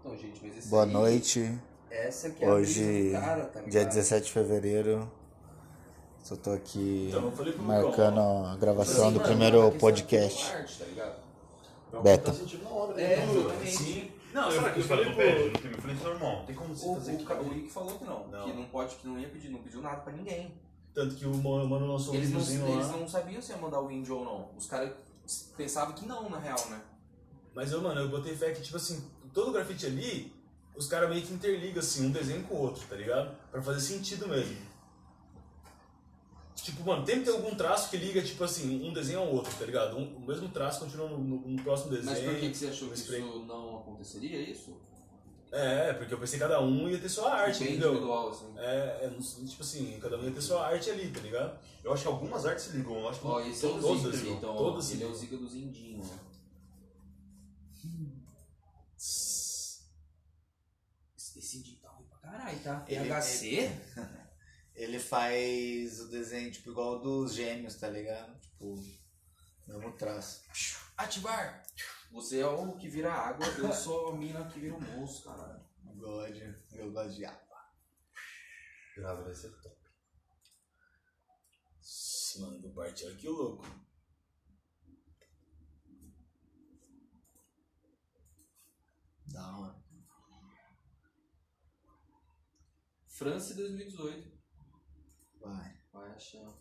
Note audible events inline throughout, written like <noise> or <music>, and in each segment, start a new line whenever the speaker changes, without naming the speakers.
Então, gente, mas esse
Boa
aí-
noite.
Essa que é a
Hoje,
brisa do cara, tá
dia
ligado?
17 de fevereiro. Só tô aqui
Então, eu falei pro Lucão,
marcando a
Assim,
gravação do
mano, a
primeiro
questão
podcast.
do arte, tá ligado?
Beta.
Tá sentindo na hora,
É,
né?
exatamente.
Sim.
Não, eu,
Será
eu,
que
eu falei
ele
pro
pede?
Pedro no filme, eu falei, isso é normal, tem como
tá
você
O,
assim?"
fazer
o,
isso
Ca-
cara?
o Rick falou que não,
Não.
que não pode, que não ia pedir, não pediu nada pra ninguém.
Tanto que o mano mano lançou um
Eles não,
videozinho lá.
eles não sabiam se ia mandar o índio ou não. Os caras pensavam que não, na real, né?
Mas eu, mano, eu botei fé que, tipo assim, todo grafite ali, os caras meio que interligam, assim, um desenho com o outro, tá ligado? Pra fazer sentido mesmo. Tipo, mano, tem que ter algum traço que liga, tipo assim, um desenho ao outro, tá ligado? Um- o mesmo traço continua no, no- no próximo desenho.
Mas por que, que você achou que
spray.
isso não aconteceria, isso?
É, porque eu pensei que cada um ia ter sua arte,
Bem
entendeu?
individual, assim.
É, é, não sei, tipo assim, cada um ia ter sua arte ali, tá ligado?
Eu acho que algumas artes se ligam, eu acho que
Ó, esse é o
todas
Zica,
se ligam.
então. ó,
todos se
ele é o
ligam.
Zica dos indinhos, ó. Esse esse indinho tá ruim pra caralho, tá?
Ele-
THC?
Ele faz o desenho, tipo, igual dos gêmeos, tá ligado? Tipo, mesmo traço.
Ativar! Você é o que vira água, eu sou a mina que vira o moço, caralho.
God, eu gosto de água.
Grava, vai ser top.
Nossa, Mano, do Bart, olha que louco.
Da hora.
França 2018.
Vai.
Vai achar.
O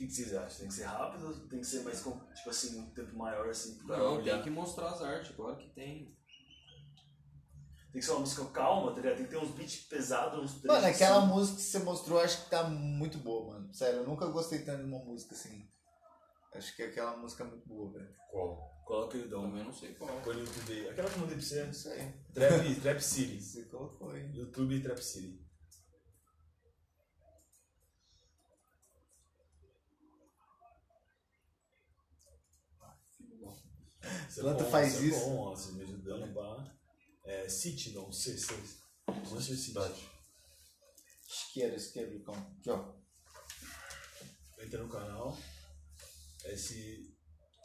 que, que vocês acham? Tem que ser rápido ou tem que ser mais, com- tipo assim, um tempo maior, assim, pro cara
Não,
olhar?
tem que mostrar as artes, claro que tem.
Tem que ser uma música calma, tá ligado? Tem que ter uns beats pesados, uns assim.
Mano, aquela música que você mostrou, acho que tá muito boa, mano. Sério, eu nunca gostei tanto de uma música assim. Acho que aquela música é muito boa, velho.
Qual?
Coloca aí, Dom.
Também Então, não sei qual.
Põe no YouTube. Aquela que eu mandei pra
É
você.
isso aí.
Trap, <laughs> Trap City.
Você colocou aí.
YouTube Trap City. Isso é
Planta
bom,
faz
é
isso.
bom, ó, você me ajudando, pá. É, City, não, C, C. Manchester City.
Isqueiro, isqueiro, Lucão. Aqui, ó.
Entra no canal. É Esse.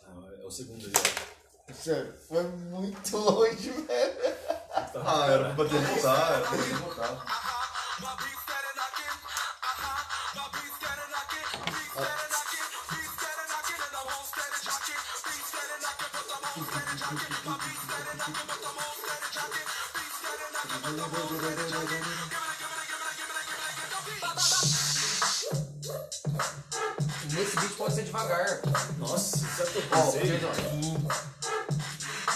Ah, é o segundo já.
Sério, foi muito longe, velho.
Ah, era pra bater e voltar, era pra bater e voltar.
Nesse beat pode ser devagar.
Nossa, sabe o que eu
Ó,
pensei?
perdão.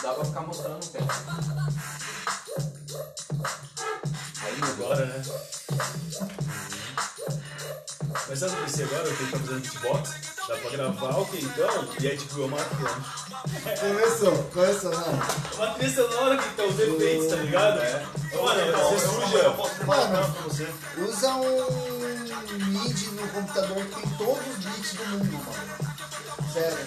Dá pra ficar mostrando o pé. Aí mudou.
Agora, né? Uhum. Mas sabe o que eu pensei agora? Que ele tá fazendo beatbox? Dá pra gravar o que então? E aí, tipo, eu matando.
Começou, começou, é mano.
Uma trilha sonora que tá os efeitos, tá ligado? Mano,
Então,
você
eu-
suja.
Eu posso preparar
Mano.
uma pra você.
Usa um MIDI no computador que tem todos os beats do mundo, mano. Sério.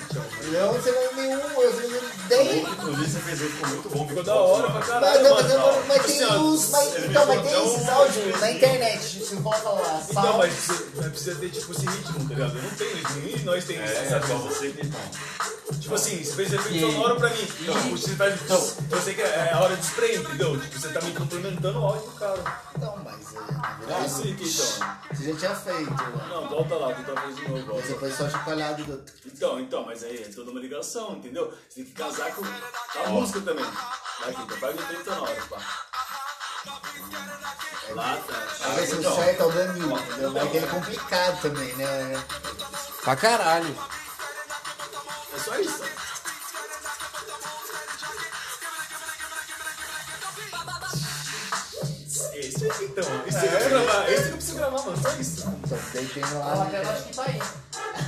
Eu não sei mais nenhum, eu sei mais dez.
Inclusive, você fez isso, ficou muito bom.
Ficou da hora pra
Mas, mas,
caralho, mano.
mas, tá, mas tem
Assim, ó,
os. Mas,
ele
então, mas
fez
tem
até
esses
um-
áudios na internet. Você volta lá.
Então,
Salve.
mas precisa, mas precisa ter, tipo, esse ritmo, tá ligado? Eu não tenho isso, nem nós temos
É,
isso,
sabe
sabe?
igual você que então.
Tipo assim, você fez efeito
E-
sonoro pra mim.
Então.
Tipo, você faz. Eu sei que é a hora de spray, entendeu? Tipo, você tá me complementando o áudio do cara.
Então, mas. é, Na
É isso aí,
verdade,
que então.
você já tinha feito, mano.
Não, volta lá, tu tá de novo,
Mas
volta.
depois só chocalhado do.
Então, então, mas aí é toda uma ligação, entendeu? Você tem que casar com a música também. Aqui, então faz o efeito sonoro, pá. Lá tá.
Pra ver se o certo é o Danilo, entendeu? Mas ele é complicado também, né?
Pra caralho.
É só isso. Esse aqui então. Esse que eu preciso gravar. Esse que eu preciso gravar, mano. Só isso.
Então, daí tem lá.
que tá aí.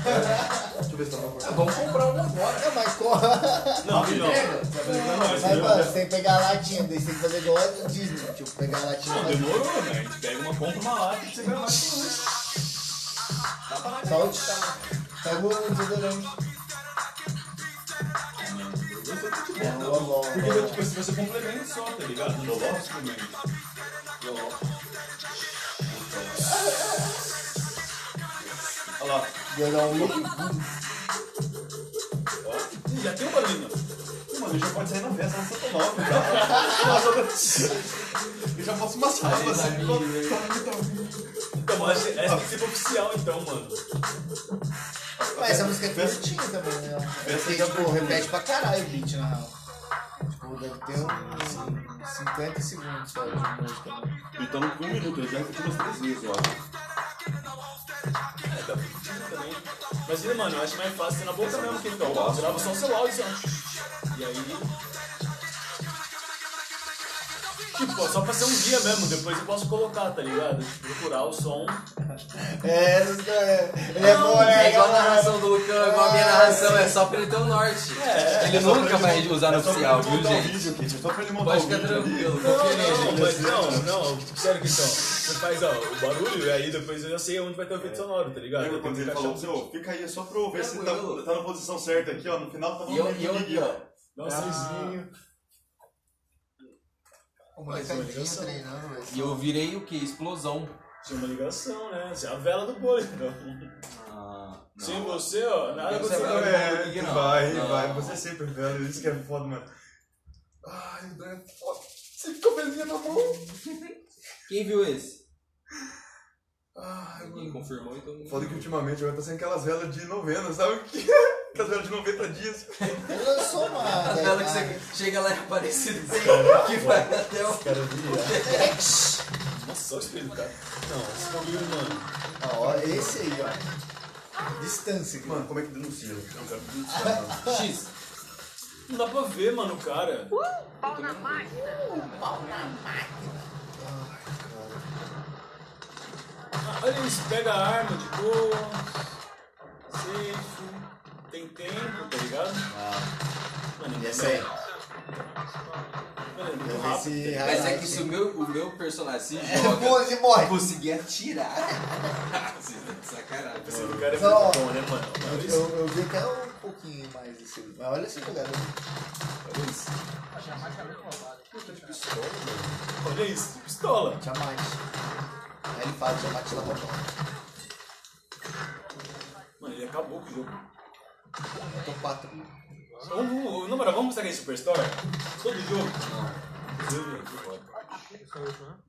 Deixa eu ver se tá bom.
Vamos comprar um agora.
É, mas corra.
Não, não.
Mas, mano, você tem que pegar a latinha, daí você tem que fazer igual a do Disney. Tipo, pegar a latinha e fazer.
Demorou, né? A gente pega uma compra, uma lata e você grava tudo.
Só o um Pega o desodorante. É, um loló.
Porque, tipo, se você complementa só, tá ligado? Não vou
Olha lá.
Deu um look.
Ó, Já tem um barulhinho.
já pode sair no verso, ela tá nova.
<laughs>
tá? Eu já posso matar você.
um.
Então, acho que essa tem que ser oficial, então, mano.
Mas essa música é curtinha também, né? Porque, tipo, repete pra caralho o beat, na real. Tipo, deve ter uns 50 segundos só de música. né?
Então, com um minuto, ele já repetiu umas três vezes, eu acho.
É, dá pra curtir também. Mas, ainda, mano, eu acho mais fácil ser na boca mesmo, que fica, ó, grava só o celular e só... E aí... Tipo, só pra ser um dia mesmo, depois eu posso colocar, tá ligado? Tipo, procurar o som.
É, essas coisas. Ele é bom,
É
né?
igual a narração do Lucão, igual a minha
Ah,
narração, é só pra ele ter o norte. Ele nunca vai usar no oficial, viu, gente?
É só pra ele montar o
Pode ficar
vídeo ali.
tranquilo,
Não,
confia nele.
não, mas não, não, sério que então, você faz ó, o barulho e aí depois eu já sei onde vai ter o efeito sonoro, tá ligado?
Lembra
Eu tenho
quando
que
ele
encaixar
falou
o-
assim, ô, fica aí só pra eu ver se tá,
Tranquilo.
tá na posição certa aqui, ó. No final tá
E eu, e eu aqui, ó.
Dá um sozinho.
O molecadinho treinando, velho.
E eu virei o quê? Explosão.
Tinha uma ligação, né? Você é a vela do boi, então.
Ah, não.
Sem você, ó, nada
Você
aconteceu.
vai-
<laughs> É,
Não,
vai,
não.
vai. Você sempre vendo isso que é foda, mano. Ai, o Dan é foda. Você ficou beijinho na mão.
Quem viu esse?
Ai,
Ninguém
mano.
confirmou, então... não-
Foda que ultimamente agora tá sendo aquelas velas de novena, sabe o que? <laughs> Aquelas velas de 90 dias.
Ele lançou uma.
As
né,
velas que
uma-
você chega lá e é parecido assim, que vai até o...
Nossa, só o espelho, cara. Não, esse bagulho, mano.
Ah, ó, esse aí, ó. Distância, cara.
Mano, como é que <laughs> denuncia? Eu quero denunciar.
X.
Não dá pra ver, mano, o cara. Ah, olha isso, pega a arma de boa. Safe. Tem tempo, tá ligado?
Ah.
Mano,
E essa aí?
Mano, é muito
Eu vi
rápido.
se.
Mas é que se o meu, o meu personagem se
É,
joga,
pô, ele morre.
conseguir atirar. Vocês estão de sacanagem.
Esse do cara é
Só-
muito bom, né, mano?
Eu,
Olha isso.
eu- eu vi até um pouquinho mais desse. Mas olha esse lugar. né?
Olha isso, pistola.
Tiamat. Aí ele fala Tiamat lá pra fora.
Mano, ele acabou com o jogo.
Eu tô quatro.
Vamos, vamos- não, mano, vamos mostrar aquele Superstore? Todo jogo? Não.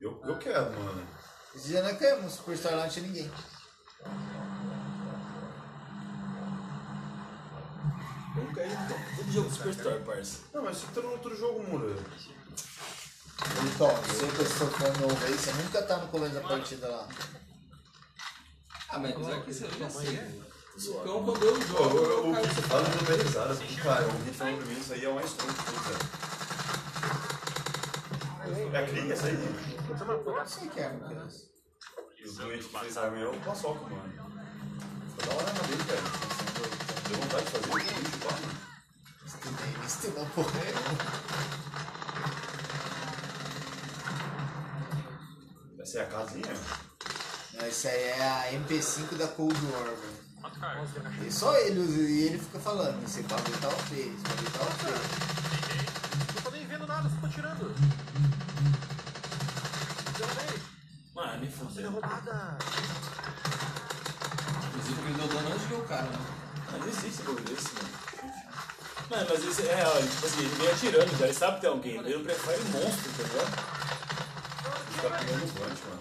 Eu,
Eu, eu quero, mano.
Esse dia nós queremos é um Superstar lá, não tinha ninguém.
Vamos cair então. Todo jogo Superstore, parça.
Não, mas isso tá no outro jogo, mano.
Então, você que eu sou fã novo aí, você nunca tá no começo da partida lá.
Ah, mas apesar que você já
assim,
sei.
é.
Então,
Zoado.
quando eu
Pô, eu-
jogo,
eu-
eu
O
caio
que
de
fala é uma risada, porque, cara, o que falou pra mim, isso aí é uma história de tudo, cara. É a cria, isso aí.
Eu não sei que é, meu Deus.
E o doente que fez a arma, eu paçoca, mano. Foi da hora na dele, cara. Deu vontade de fazer um vídeo, pá, mano.
Estudei, me estudou porra.
Essa é a casinha?
Não, Isso aí é a MP5 da Cold War, velho. E só ele usa, e ele fica falando, esse bagulho tá OP, esse bagulho tá OP.
Mano, me fudeu.
Inclusive, ele deu dano antes que o cara, né?
Mano, não existe bagulho desse, mano. Mano, mas esse é real, ele, tipo assim, ele vem atirando já, ele sabe que tem alguém. Ele não prefere monstro, tá ligado?
Ele tá pegando
um
o Vant, mano.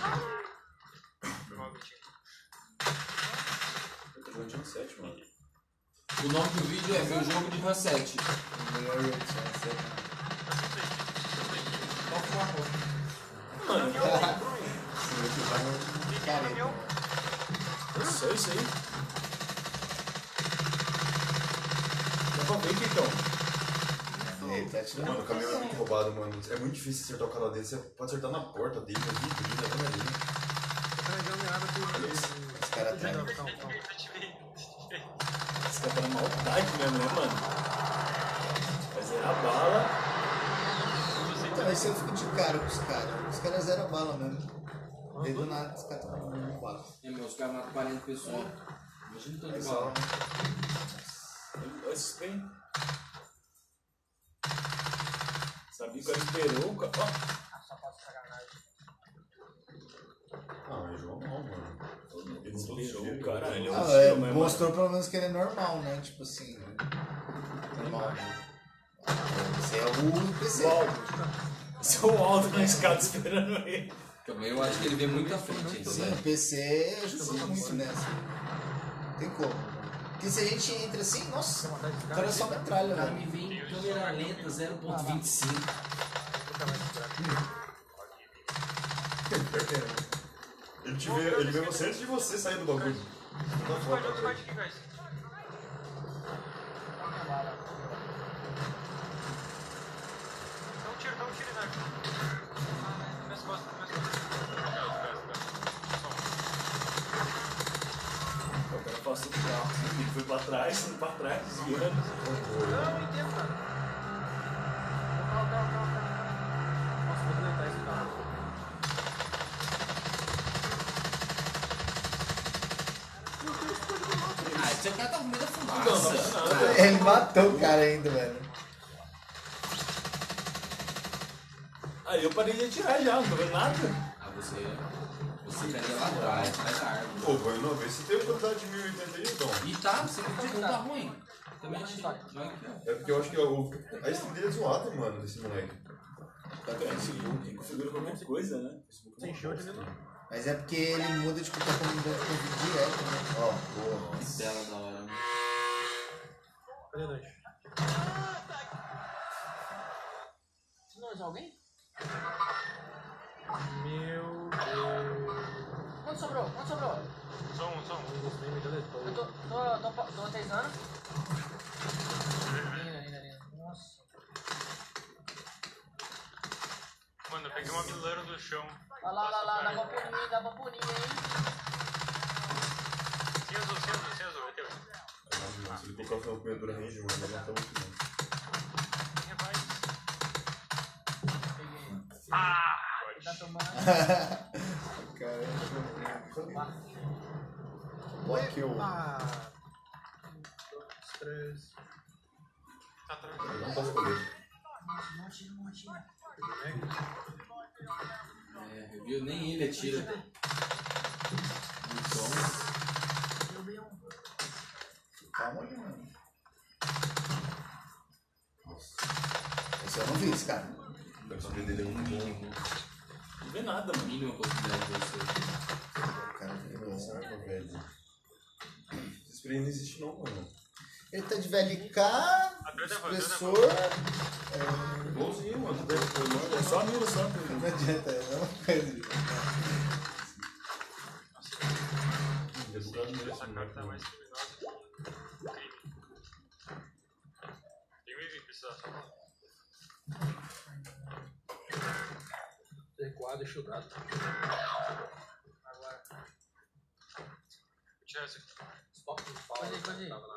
O Vant é um 7, mano.
O nome do vídeo é Meu Jogo de Ranset.
Melhor eu que você, né?
Mano,
Careta.
é só isso aí. Dá pra ver que então.
né? Ele tá tirando
Mano, o caminhão é muito roubado, mano. É muito difícil acertar o cara dele. Você pode acertar na porta dele, na vitrine, na janelinha.
os caras atrás.
Esse cara tá na maldade mesmo, né, mano? Vai zerar a bala.
Então, esse eu fico de cara com os caras. Os caras zeram a bala mesmo. Daí do nada os caras estão com bala.
É, meu, os caras matam 40 pessoas. Imagina
Aí
todo mundo
só.
lá.
Olha Esse bem. Sabia que ela esperou o cara. Ó,
Ah, mas João não, mano.
ele esperou o cara. Ele é um
Ah,
tiro,
é,
mas, mano,
mostrou pelo menos que ele é normal, né? Tipo assim. Normal. Esse é o PC.
Só o Aldo né? na escada esperando ele.
Também eu acho que ele vem muito à frente ainda,
Sim,
velho.
o PC ajuda muito nessa. Não é né? Tem como. Porque se a gente entra assim, nossa, o cara só metralha,
Cara,
né?
me vem em câmera lenta 0.25.
Ele, te vê, ele vê você antes de você sair do bagulho. Tá foda, velho. O cara passou do carro, assim, ele foi pra trás, foi pra trás, desviando.
Ah,
é
esse cara tá com medo da
Não, não,
fumaça.
não.
Ele matou o cara ainda, velho.
Aí eu parei de atirar já, não tô vendo nada.
Ah, você. Você ficaria lá atrás, atrás da árvore.
Pô, Bruno, vê se tem o quantidade de 1080 aí, então.
E tá, você não tá ruim. Também achei. Joga aqui, ó.
É porque eu acho que o- a stream dele é zoada, mano, desse moleque. Tá com Facebook, configura qualquer coisa.
Coisa, né?
Tem show de
Mas é porque ele muda de contato com o Covid direto, né?
Ó, boa, nossa.
Dela da hora, né?
Quanto sobrou? Quanto sobrou?
Só um, só um.
Eu tô. tô. tô. pa- tô seis anos.
Uhum.
Linda, linda, linda. Nossa.
Mano, eu peguei uma mileira do chão.
Olha lá, olha lá, dá pra punir, dá pra punir, hein?
Sim, azul, sim, azul, sim, azul. Meteu.
Ah, mano, Se ele colocar o final primeiro do range, mano, vai matar muito, mano.
Revive. Ah!
Tá tomando.
Caramba. Block eu.
Tá, tá.
Não tá escondendo.
Não atira, não atira.
É, viu? Nem ele atira. Muito
Derrubei um.
Calma aí, mano. Nossa. Esse eu não vi esse cara.
O spray dele é muito bom.
né?
bom.
Não vê nada,
A
mano.
mínima possibilidade de você.
O cara
Ele
veio
é
lançar.
sarva, velho. Esse spray não existe não, mano.
Ele tá de VLK,
Atrás da van, atrás da van.
professor.
Igualzinho, mano. É só a mira, só.
Não adianta, é a mesma coisa.
Resultado
Essa
é mesmo,
carta tá
mano.
mais criminosa que um crime. Tem um item precisar só pra
Recuado e chutado. Agora.
tirar essa aqui.
Stop de pau. Pode ir, pode ir. então.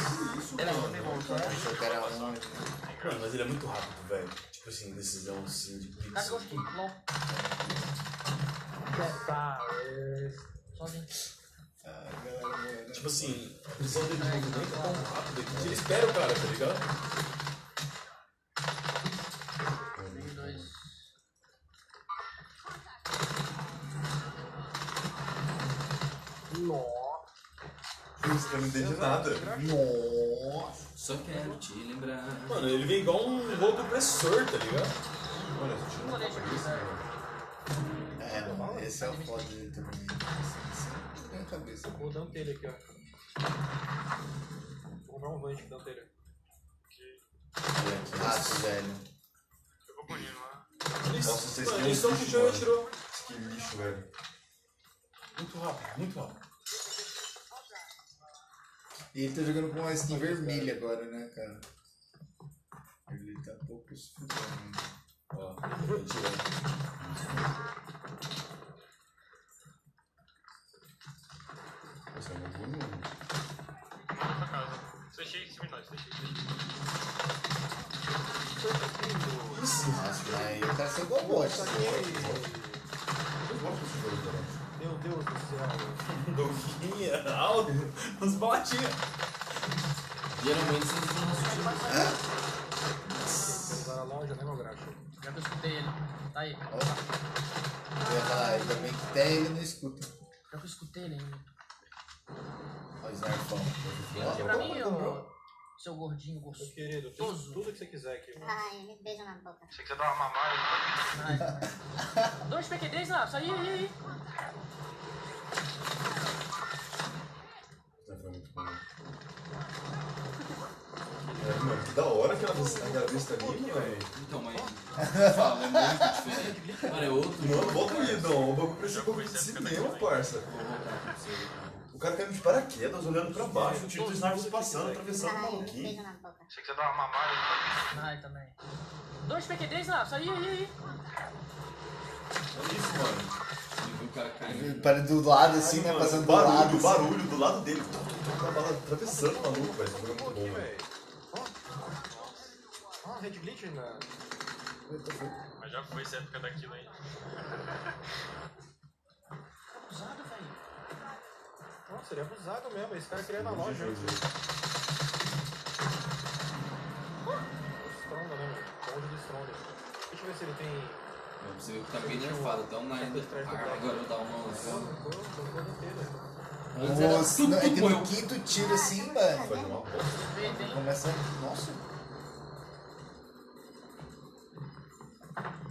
Nossa, o cara é um.
Mano, mas ele é muito rápido, velho. Tipo assim, decisão assim, de
Cara,
pizza.
gostei. Long. Sozinho.
Ah, galera, mano.
Tipo assim, a prisão dele de movimento é tão rápida que ele espera o cara, tá ligado?
Dois.
Isso, eu não entendi nada.
Nossa.
Só quero te lembrar.
Mano, ele vem igual um louco opressor, tá ligado?
Mano, esse tiro não tá pra isso, mano.
É, mano, esse é o foda dele também. Esse é um cabeça.
Vou dar um telha aqui, ó. Vou comprar um lanche, dar um telha.
Rato, velho.
Eu vou punir, não é?
Eles,
Nossa, vocês
mano,
têm
eles
um
só
bicho,
puxou e
mano.
atirou.
Que lixo, velho.
Muito rápido, muito rápido. <laughs>
E ele tá jogando com uma skin vermelha agora, né, cara? Ele tá um pouco se fudendo. né?
Ó, ele atirou.
Esse é muito bom, mano.
Manda pra casa. Você cheio de seminários, você cheio de
Nossa, mas o cara saiu igual bosta.
Eu gosto desse jogo, cara.
Doguinha, Aldo, uns balatinhos.
Geralmente vocês não assistem.
Agora long. Não, já lembro agora, acho. Já que eu escutei ele. Tá aí.
Eu ia falar, ainda bem que até ele não escuta.
Já que eu escutei ele ainda.
Ó, o Snarfão.
Porque pra mim, ó, seu gordinho
Meu
gostoso.
querido, tem tudo que você quiser aqui. mano.
Ai, beijo na boca.
Achei que você tava mamar.
Dois PQDs lá, sai aí, aí, aí.
Foi muito bom. É, mano, que da hora que ela a vista ali, velho.
Então, mas. Fala, é muito diferente. Mano, é outro
Mano,
jogo.
bota o Lidon, o bagulho parecia um bagulho de cinema, parça. O cara caiu de paraquedas, olhando pra baixo, o tiro do Snarf passando, atravessando o
Ai,
maluquinho.
beijo na boca.
Achei que você tava mamar.
Ai, também. Dois PQDs lá, sai aí, aí, aí.
É isso, mano.
Você viu o cara caindo.
Ele Para do lado assim, né?
Mano,
Passando do
barulho,
lado. assim.
barulho do lado dele. Tum, tum, tum, tá bala atravessando o maluco, velho. Foi muito bom, velho.
Ah, Red Glitch na.
Mas já foi essa época daquilo aí.
Abusado, velho.
Nossa, ele é abusado mesmo. Esse cara queria ir na loja.
né?
Stronda, né, meu? Bonde do Stronda. Deixa eu ver se ele tem.
Você viu que tá bem nerfado, dá uma ainda. Ah, agora eu dá uma.
Tocou, tocou no dedo.
Antes era
Nossa,
tudo
não, é que
bom.
no quinto tiro assim, mano.
Foi uma bosta.
Verde, hein?
Começa. Nossa.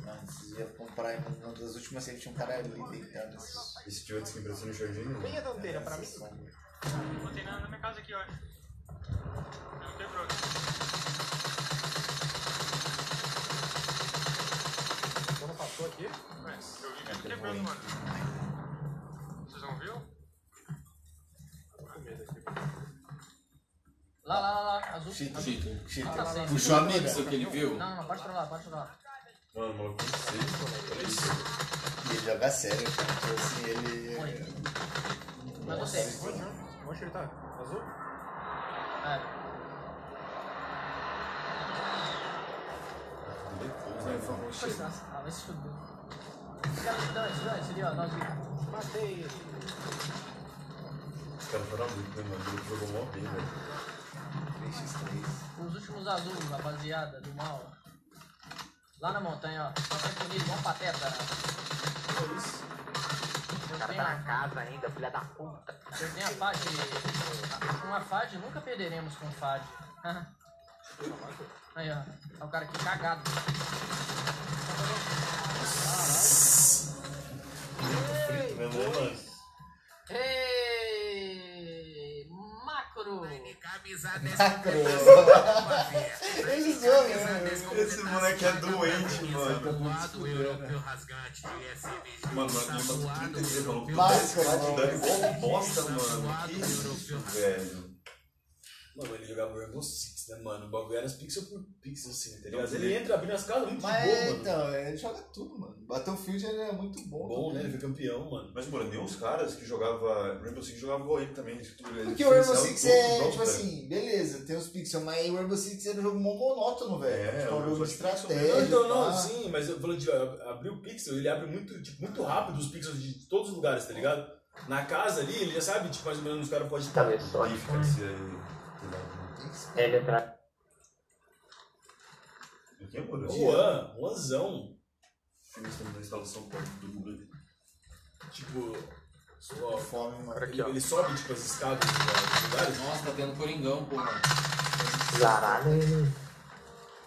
Não, esses dias eu Ah, comprar em uma das últimas que tinha um cara ali deitado. esses-
Esse tio antes que parecia no jardim, mano.
Quem é da anteira pra mim?
esses sombras.
Não tem nada na minha casa aqui, eu acho. Não quebrou.
Quando passou aqui?
Ué, eu vi tudo quebrando, mano. Vocês não viu?
Tô com medo aqui.
Lá, lá, lá, lá. Azul.
Cheater.
azul.
Cheater.
Ah, tá certo.
Puxou a mira.
Isso que ele viu?
Não, não, pode pra lá, pode pra lá.
Mano, maluco, não sei, mano. Olha isso.
E ele joga sério, cara. Então, assim, ele.
Foi. Mas você.
Onde, onde? Onde ele tá? Azul?
É.
Deletou, velho.
Ah, vai se fuder. Esse cara estudante, estudante, seria, ó, nós vimos.
Matei ele.
Os caras foram muito, né, mano? Ele jogou mó bem, velho.
3x3.
Os últimos azuis, rapaziada, do mal. Lá na montanha, ó. Nós estamos unidos, vamos pateta. Eu tenho,
tá casa ainda, filha da puta.
eu tenho a FAD. Com a FAD nunca perderemos com o FAD. <laughs> Aí, ó. É o cara que cagado.
Não, né, mano?
Ei! Macro!
Macro. Ele zoa, né?
Esse moleque é doente, mano. Mano, mano, ele passou 33 maluco.
Vasco,
Tá
mano.
dando igual bosta, mano. Que isso, velho.
Mano, ele jogava Rainbow Six, né, mano? O bagulho era as pixel por pixel, assim, tá ligado? Ele entra abrindo as casas muito boa,
Mas
mano.
então, ele joga tudo, mano. Battlefield ele é muito bom.
Bom, né?
também.
Ele foi campeão, mano.
Mas, mano, nem os caras que jogavam Rainbow Six jogavam igual ele um também. eles- eles
Porque o Rainbow
diferenciavam
Six
todos
é,
os jogos,
tipo
velho.
assim, beleza, tem os pixels, mas o Rainbow Six é um jogo mó monótono, velho.
É,
É, um jogo de
o Rainbow Six é
estratégia.
Não, então, não,
pá.
sim, mas eu falo de ab- abrir o pixel, ele abre muito, tipo, muito rápido os pixels de todos os lugares, tá ligado? Na casa ali, ele já sabe, tipo, mais ou menos os caras podem estar.
Aí fica esse aí.
Ele atrás.
O que é, mano?
Juan, Juanzão.
Filmes também na instalação perto do Google.
Tipo, ó,
Fome, mano.
ele, ele sobe, tipo, as escadas dos lugares, né?
Nossa, tá tendo Coringão, porra.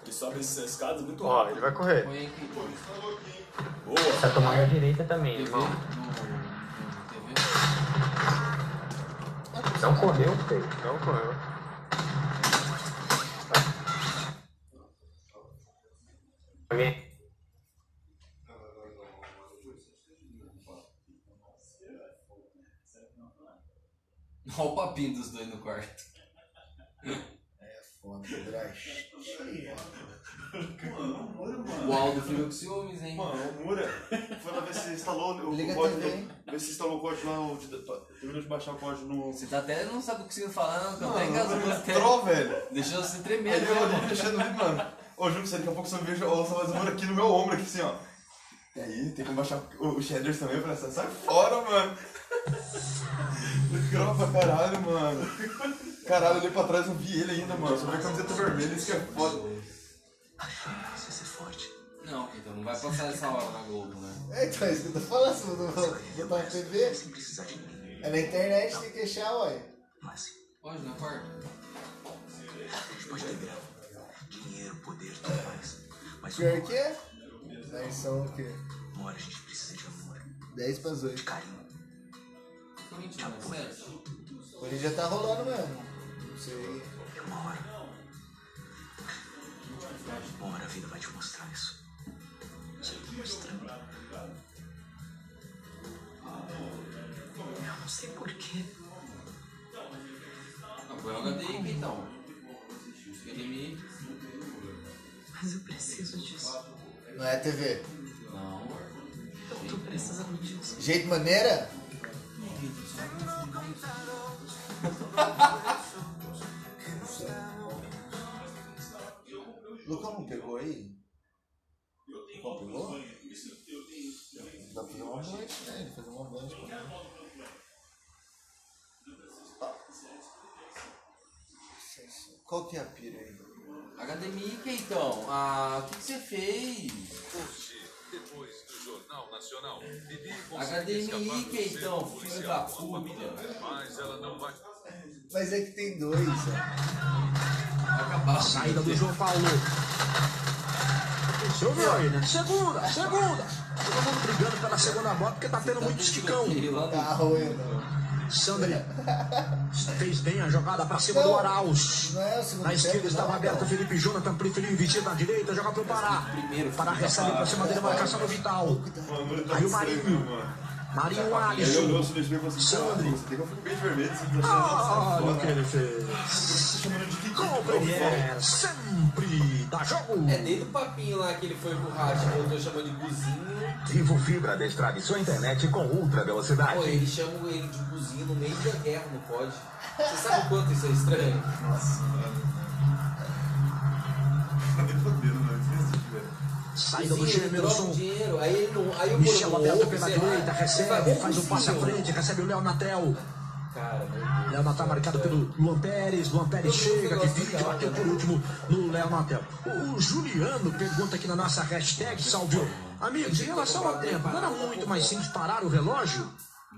ele sobe essas escadas muito rápido.
vai correr.
Põe aqui, pô.
Boa.
Tomar Tá a direita também,
TV. No, no TV.
Não correu, feio.
Não correu.
Olha o papinho dos dois no quarto.
Fome, Drash.
O Aldo ficou com ciúmes, hein?
Mano, o Mura foi lá ver se instalou o
Liga a
código.
TV, hein?
Ver se instalou o código lá. o de- pa- Terminou de baixar o código no.
Você tá até não sabe o que você falar, não, que eu até
Mano,
engasgou
ele
até.
entrou, velho.
Deixou você
Aí
tremer,
ele olhou
né?
mexendo ali, mano. <laughs> Ô, juro que você daqui a pouco você me vejo o Salvador um aqui no meu ombro, aqui assim, ó. E aí, tem como baixar o o Shaders também pra essa. Sai fora, mano. Grava pra caralho, mano. Então, Caralho, eu olhei pra trás e não vi ele ainda, mano. Só vi a camiseta vermelha, isso que é foda.
Não, então não vai passar essa hora na Globo, né?
tá-
É, então, é isso que eu tô falando, se não botar na TV. É na internet, tem que é. deixar, ué.
Pode, na quarta?
Pior que é. Aí são o quê? Uma hora a gente precisa de amor. 10 pras 8.
Corinthians, né? Sete.
Hoje já tá rolando mesmo. Não sei.
Ah, põe o HDMI então. HDMI.
Não é TV.
Não.
Jeito maneira? <laughs> Lucão não pegou aí? Lucão pegou? Dá pra fazer uma noite, né? Ele fazer uma noite. Qual que é a pira aí?
HDMI, Keitão. Ah, o que, que você fez?
Depois do Jornal Nacional,
HDMI, Keitão. então, Filho da
né?
puta.
mas ela não vai
Mas é que tem dois, ó.
Vai acabar.
Saída do João Paulo. Choveu aí, né? Segunda, segunda. Todo mundo brigando pela segunda bola porque tá tendo muito esticão.
Tá ruim, não.
Sandri <laughs> fez bem a jogada pra cima do Arauz.
Não é o segundo
Na esquerda
tempo,
estava
não,
aberto
não.
Felipe Jonathan, preferiu investir na direita, joga pro Pará. Pará recebe pra cima dele, marcação no Vital.
Mano, tá
Aí o Marinho. Marinho Alisson. Ah,
o Silvio e falou assim:
Sandro.
"Pô, Você tem que alfinete vermelho, você tá
Olha o que ele
Você
fez.
tá chamando de que?
Compreender sempre dá jogo.
É desde o papinho lá que ele foi pro rádio, né? eu tô chamando de cozinho.
Vivo Fibra destrave sua internet com ultra velocidade.
Pô, ele chama ele de cozinho no meio da guerra, não pode. Você sabe o quanto isso é estranho?
Tá nem fodendo, mano. Esquece de ver.
Saída do
Sim,
time
ele troca o
Emerson.
dinheiro, aí ele não. Aí o
Michel
Moro não
aberto
ouve,
pela
sei lá.
direita,
Vai,
recebe,
ô,
faz o passe à
cozinho.
frente, recebe o Léo Natel.
Cara, meu Deus.
Léo Natel marcado É pelo Luan Pérez. Luan Pérez
Todo mundo
chega,
gosta do
divide,
Léo,
bateu
né?
por último no Léo Natel. O Juliano pergunta aqui na nossa hashtag, Salvio. Amigos, em relação ao tempo, não era muito mais simples parar o relógio?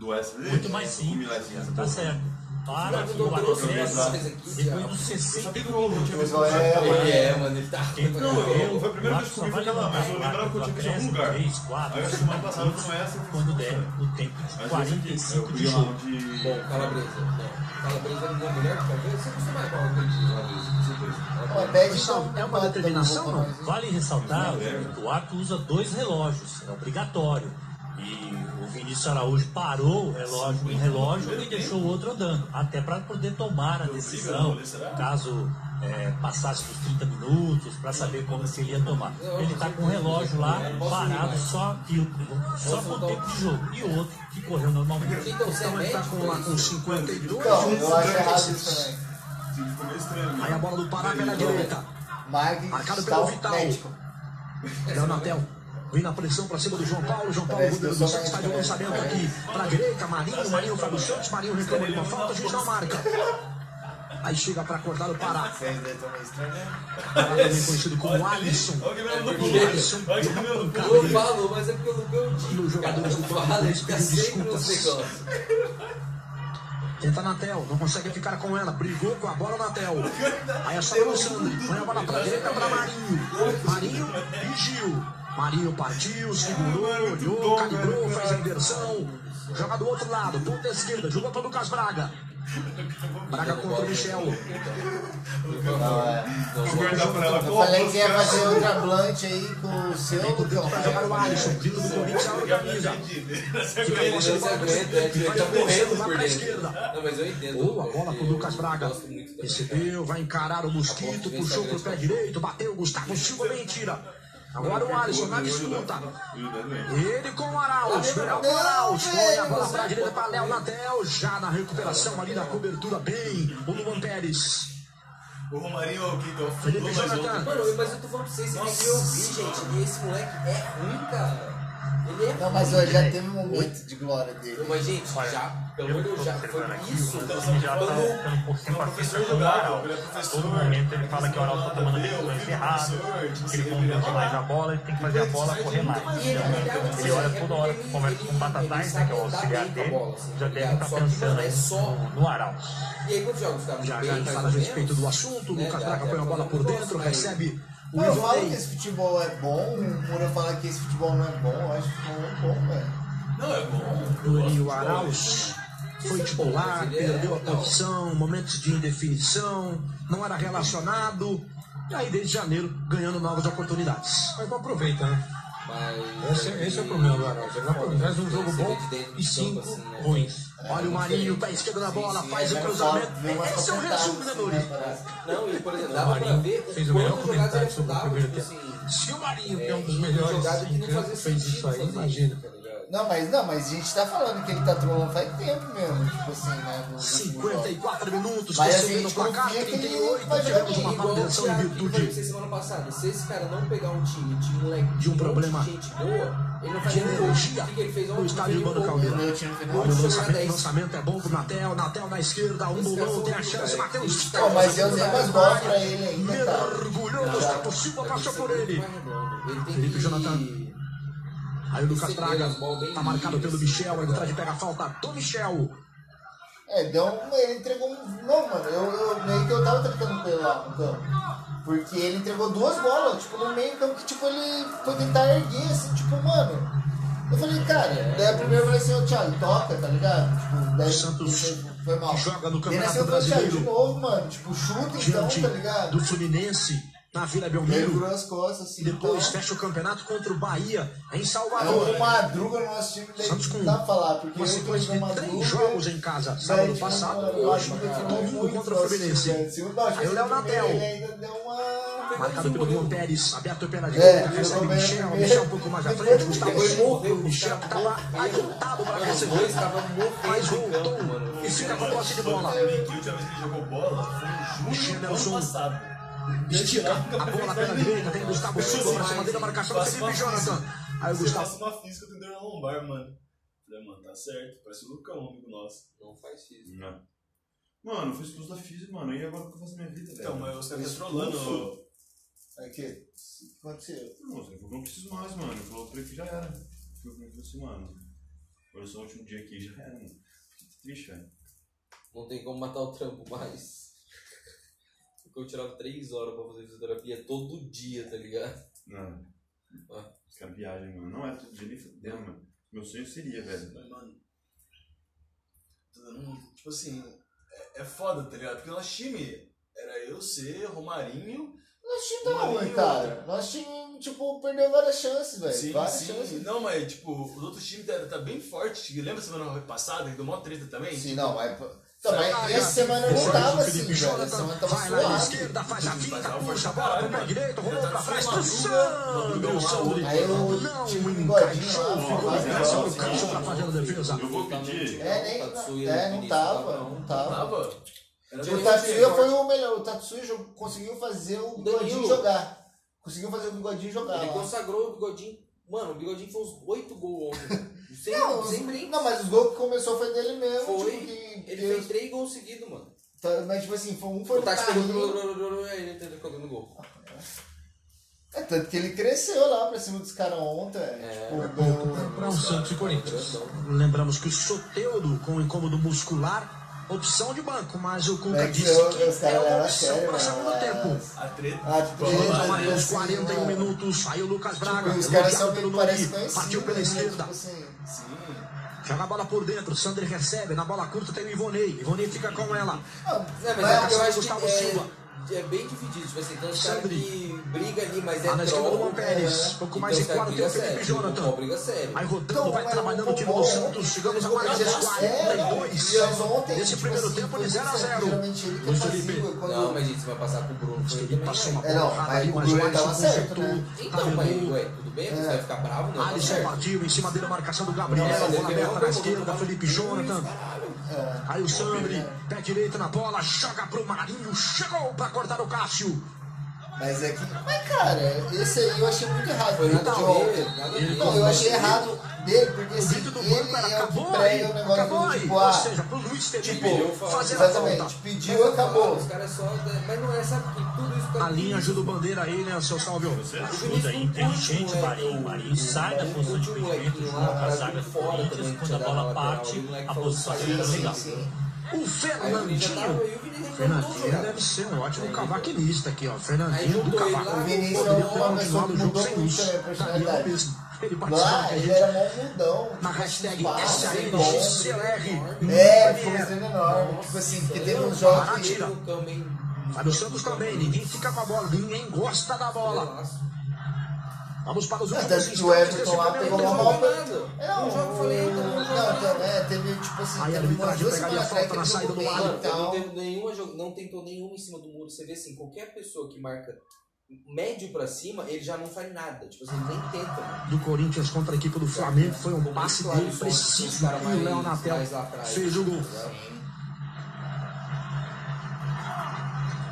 Do Um SB? Muito
mais simples. Tá
Tá
certo. Para,
Quando eu
para o
trouxe
processo.
essa vez aqui,
Depois dos 60 minutos.
Mas é,
Ele é, mano, ele tá ruim pra
Não,
caralho.
eu, foi a primeira vez que eu vi foi aquela, mas eu lembrava que eu tinha que ir em algum lugar.
Três,
Aí eu
quatro,
semana passada eu não é essa, eu fiz
quando
isso,
der
né?
o tempo de
Mas esse aqui, eu
45 de
queria
jogo.
lá de.
Bom, calabresa. Não. Calabresa não é mulher, talvez. Você não sabe mais qual é o que ele diz, calabresa, com certeza.
ó, pede
Isso
só-
é uma determinação, não?
Vale ressaltar que o ato usa dois relógios, é obrigatório. E o Vinícius Araújo parou o relógio, um relógio e deixou o outro andando, até para poder tomar a decisão, caso é, passasse dos 30 minutos, para saber como se ele ia tomar. Ele está com o relógio lá parado, só aquilo, só com o tempo de jogo, e outro que correu normalmente.
Então, você é
Então ele tá
médico?
com, lá com 52.
Então, eu acho errado isso também.
Sim, Ficou meio estranho,
Aí a
né?
bola do Pará pela direita.
Mag, tá
Marcado
está
pelo Vital.
médico.
Léo Natel. Vem na pressão pra cima do João Paulo. João Paulo
Parece
Rodrigo
que eu
dos
sou
Santos faz o
médico,
lançamento
né?
aqui. Pra direita, Marinho. Marinho Fábio Santos. Marinho reclama de uma falta. Juiz não marca. Aí chega pra cortar o Pará.
Vocês dois estão meio estranhos, né?
Pará também conhecido como Alisson.
Olha o que meu
O Alisson
Olha que meu
Eu falo, mas é porque eu não ganho o
E os
dia. Cara,
jogadores
eu
do
falo, ele
Palmeiras
tá
pedem
sempre nos
desculpas.
negócios.
Tenta Natel, tá não consegue ficar com ela, brigou com a bola Natel. Aí é só o Sandro, põe a bola pra direita pra Marinho. Marinho e Gil. Marinho partiu, segurou, olhou, calibrou, fez a inversão. Joga do outro lado, ponta esquerda, jogou pra Lucas Braga. Braga contra o Michel.
um
Vou guardar pra ela.
Eu
Pô,
falei que ia
cara,
fazer um jablante aí com o seu Lucão.
Pra jogar o Alisson, grito do Corinthians, abre a camisa. Fica
Ele
com
não
a
se
bola pra
aguenta, é, um ele
esquerda,
tá morrendo
vai
por
pra
dentro.
esquerda.
Não, mas eu entendo.
Boa bola pro
porque
Lucas
eu
Braga.
gosto muito também.
Recebeu, vai encarar o Mosquito, puxou pro pé direito, bateu, Gustavo Silva, mentira. Agora o Alisson na disputa. Ele com o Arauz, Léo com o Arauz, põe a bola pra direita pra Léo Natel, já na recuperação ali da cobertura, bem, o Luan Pérez.
O
é
Romarinho, que então,
Felipe
fundou mais ontem.
Jonathan,
Mano, mas eu tô falando pra vocês, vocês têm que me ouvir, gente. E esse moleque é ruim, cara.
Não, mas ó, já teve um momento de glória dele.
Mas, gente, já, pelo menos já foi isso. Então,
já tá ficando por
é um
cima assim, do Oral. Todo momento ele fala que o Oral tá tomando decisões erradas,
tipo,
que ele conduz mais a bola, ele tem que fazer a bola correr mais.
é
Ele olha toda hora, conversa com o Batatais, né, que é o auxiliar dele,
assim, tá
já deve estar
é
pensando no Oral.
E aí, quando joga os caras
Já já ele fala a respeito do assunto,
Né,
o Lucas Braga
tá
põe a bola por dentro, recebe o
Não, eu falo
Ivanei.
que esse futebol é bom, o Moura fala que esse futebol não é bom, eu acho que futebol é bom, velho.
Não, é bom.
Durinho Arauz um foi titular,
é
perdeu a posição, momentos de indefinição, não era relacionado. E aí, desde janeiro, ganhando novas oportunidades.
Mas não aproveita, né? Esse, esse é o problema do Arauz. Ele não aproveita. Faz um jogo bom e cinco
assim, né?
ruins.
É,
Olha o Marinho, tá esquerdo na bola, faz o cruzamento. Esse é o resumo, né, Nuri?
Não, e por exemplo,
O
dava pra
Marinho
ver
fez
o
o melhor
quanto jogadas
comentário
ele
sobre o
ajudava,
primeiro
tipo
tempo.
assim.
Se o Marinho, que é um dos
em
melhores
jogada que
em
não
campo,
fazia
fez isso
sentido
aí,
fazer.
imagina. tá
Não, mas não, mas a gente tá falando que ele tá trolando faz tempo mesmo, tipo assim, né? no- no-
54 minutos,
Mas a
recebendo
gente
o placar,
confia que ele
38,
vai jogar
tivemos
bem,
uma
igual o
manutenção em
Thiago, que foi
virtude
vocês semana passada. Se esse cara não pegar um time de moleque
de um problema
gente boa, ele não faz
de
nenhum gol.
energia
O que que ele fez ontem?
no estádio
Fez um
Urbano
gol.
Caldeira. Olha o
Gol,
lançamento, o
10.
lançamento é bom pro Natel, Natel na esquerda, um
é
bolão, tem a chance, Matheus.
Pô, é mas eu nem mais gosto pra ele ainda, tá?
Mergulhou no Gustavo Silva, passou por ele.
é
Felipe Jonathan. Aí o Lucas Braga tá marcado pelo Michel, aí atrás de pega a falta do Michel.
É, deu um, ele entregou um. Não, mano, eu, eu meio que eu tava tentando com ele lá no campo. Porque ele entregou duas bolas, tipo, no meio do campo que tipo, ele foi tentar erguer, assim, tipo, mano. Eu falei, cara,
É.
daí a primeira eu falei assim, ô Thiago, toca, tá ligado? Tipo, daí Santos foi mal.
joga
Daí
no Campeonato
nasceu, eu falei, Thiago,
Brasileiro.
de novo, mano, tipo, chuta então,
diante
tá ligado?
do Fluminense na Vila
Ele
Belmiro.
virou as costas, assim,
E depois
então.
fecha o campeonato contra o Bahia em
É
Salvador.
o Madruga no nosso time, daí
Santos com
não dá pra falar, porque
uma
eu tô
sequência
jogando
de
Madruga.
três jogos em casa,
Daí,
sábado
tipo,
passado,
eu acho
hoje,
que ele
domingo
muito
contra o Fluminense. Aí o Léo Natel,
Ele ainda deu uma.
marcado pelo Luan Pérez, aberto pela
É,
direita, recebe
pegou bem
Michel,
primeiro.
Michel um pouco mais à
Pegou
frente,
bem
Gustavo
primeiro.
Silva, Michel tá lá, ajuntado pra cacete, mas voltou e fica com posse de bola.
Que a última vez que ele jogou bola foi em junho do ano passado.
Estica a bola
um
pela direita, tem Gustavo Silva pra cima dele, a marcação do
Faço uma
Felipe Jonathan. Aí o
Você
Gustavo
passa uma física do Daniel Lombar, mano. Falei, mano, tá certo. Parece o Lucão, amigo nosso.
Não faz isso.
Não.
Mano, eu fui expulso da física, mano. E agora o que eu faço na minha vida, velho?
Então, mas você tá trolando.
Aqui. O que aconteceu?
Não, você falou que eu não preciso mais, mano. Eu falei pra ele que já era. Eu falei assim, mano. Hoje é só o último dia aqui, já era, mano. Que triste, velho.
Não tem como matar o trampo mais. Porque eu tirava 3 horas pra fazer fisioterapia todo dia, tá ligado?
Não. Os caras viajam, mano. Não é todo dia nem fudendo, mano. Meu sonho seria, velho.
Mas, mano. tudo- Tipo assim, é, é foda, tá ligado? Porque o nosso time era eu, você, Romarinho.
Nosso time tá
Marinho,
ruim, cara. Nosso time, tipo, perdeu várias chances,
Sim,
velho. Várias
sim.
chances.
Não, mas tipo, o outro time tá, tá bem forte. Lembra semana passada que deu mó treta também?
Sim, não, mas. Tá, mas essa semana eu não
Jorge,
tava assim,
Felipe
velho. Essa
Jonathan,
semana tava
vai lá na
suave.
esquerda, faz a
Mas é
finta,
uma força
puxa a
pra
bola pro
caralho,
pé
mano.
direito, rolou
Já tá
pra trás,
sem madruga,
Sanderson.
madruga lá,
Aí eu
Não
tive um
encaixou,
bigodinho lá,
ficou
lá,
de
lá,
cabeça
lá,
pro Cássio pra fazer a defesa.
Eu vou pedir.
É, nem. É, não tava, não tava.
Tava? Era
O Tatsuya tá foi o melhor. O Tatsuya jo- conseguiu fazer o bigodinho jogar. Conseguiu fazer o bigodinho jogar.
Ele
lá.
consagrou o bigodinho. Mano, o bigodinho fez uns 8 gols ontem. Sem,
Não, os-
sem brinco.
não, mas os gols que começou foi dele mesmo.
Foi.
Tipo, que,
Ele
que-
fez 3 gols seguidos, mano.
tá, mas tipo assim, foi um foi
O
no
Tati pegou
carrinho.
o ele tá colocando gol.
É tanto que ele cresceu lá pra cima dos caras ontem.
É.
tipo, ganhou-
Para o Santos e Corinthians.
Lembramos que o Soteudo, com incômodo muscular, opção de banco, mas o Cuca
É que
disse
eu- os
que
caras
é
levam
uma
a
opção
sério, né? É.
para
mano,
segundo
mas-
tempo.
A treta.
A treta,
Vamos lá,
né?
Aos
Assim,
41
mano.
minutos, aí o Lucas Braga,
Tipo, os caras
elogiado
são
pelo
meio
Nuri,
parece conhecido.
partiu pela
né?
esquerda,
Tipo assim,
Sim.
joga a bola por dentro, Sandri recebe, na bola curta tem o Ivonei, Ivonei fica com ela,
ah,
É, mas
vai,
eu acho que
Gustavo
é,
Silva.
é bem dividido. Tipo assim, tem uns caras
Sandri.
que briga ali, mas é
lá na esquerda do
troll.
Luan Pérez, pouco mais de
Então, cara,
4 tem o
briga
Felipe
sério,
Jonathan.
Não, briga sério.
Aí rodando,
Então,
vai
mas
trabalhando
o
o time do
Pombo-
Santos. Chegamos agora aos
Mas eles- é, mas
42.
ontem,
Nesse
tipo
primeiro
assim,
tempo de
quando
0 a
sai,
0
geralmente ele que
Luiz
faz
Felipe.
gol, quando-
Não, mas gente, você vai passar com o Bruno.
Acho
foi
que ele
também,
passou uma
né?
É, não,
porrada
mas
ali,
o
mas o
goleiro
Alisson
tava certo,
consertou.
né?
Então, mas, ué, tudo bem?
É.
Você vai ficar bravo? Não, tá
Alisson
certo.
partiu Ah, em cima dele a marcação do Gabriel.
Não, mas ele
Bola
ganhou
aberta
o
na
jogo,
esquerda,
tá?
Felipe Jonathan.
É.
Aí o Sandri, pé direito na bola, joga pro Marinho, chegou pra cortar o Cássio.
Mas é que. Mas cara, esse aí eu achei muito errado.
Foi
do
nada a
Joel.
ver, nada a ver.
Não, eu
um
achei errado dele, porque assim, ele é o que prega o negócio do tipo, ah, tipo, exatamente, tipo. pediu e acabou.
Os caras só. Mas não é, sabe que tudo isso.
A linha ajuda o bandeira aí, né, seu Salvio?
Ajuda aí, é um inteligente, Marinho. Marinho sai da posição de impedimento, joga a zaga do Corinthians. Quando a bola parte, a posição fica legal.
O Fernandinho. O Fernandinho deve ser um ótimo cavaquinista aqui, ó. Fernandinho do
O
cavaco.
Vinícius
Poderia
é
ter
uma pessoa
continuado
que
o jogo
mudou
sem
muito
isso.
a
Caminhão
personalidade.
mesmo. Ele participava
Lá,
com a
ele
gente
era mó tipo, mudão.
na hashtag
Passa,
SANXCLR.
É, foi um treino enorme. Tipo assim, porque
né?
teve um jogo
Pará
que
tira. Fábio Santos também. Ninguém fica com a bola. Ninguém gosta da bola. Vamos para os
Ah,
últimos
tanto que o
instantes
Everton
desse
lá
primeiro
pegou
tempo.
uma mal. Não,
Um jogo falei, então, um jogo
Não, então,
falei.
é, teve tipo assim.
Aí a
teve umas
arbitragem
duas
pegaria a
semanas atrás
falta na
que ele
saída do
jogou bem
árbitro.
e
Não
tal.
teve nenhuma, jo- não tentou nenhuma em cima do muro. Você vê assim, qualquer pessoa que marca médio pra cima, ele já não faz nada. Tipo assim, ele nem tenta. né?
do Corinthians contra a equipe do Flamengo Ah, foi um passe
Claro,
dele
só os
preciso
caras
e o Léo
mais-
Natel
mais lá atrás.
fez o gol.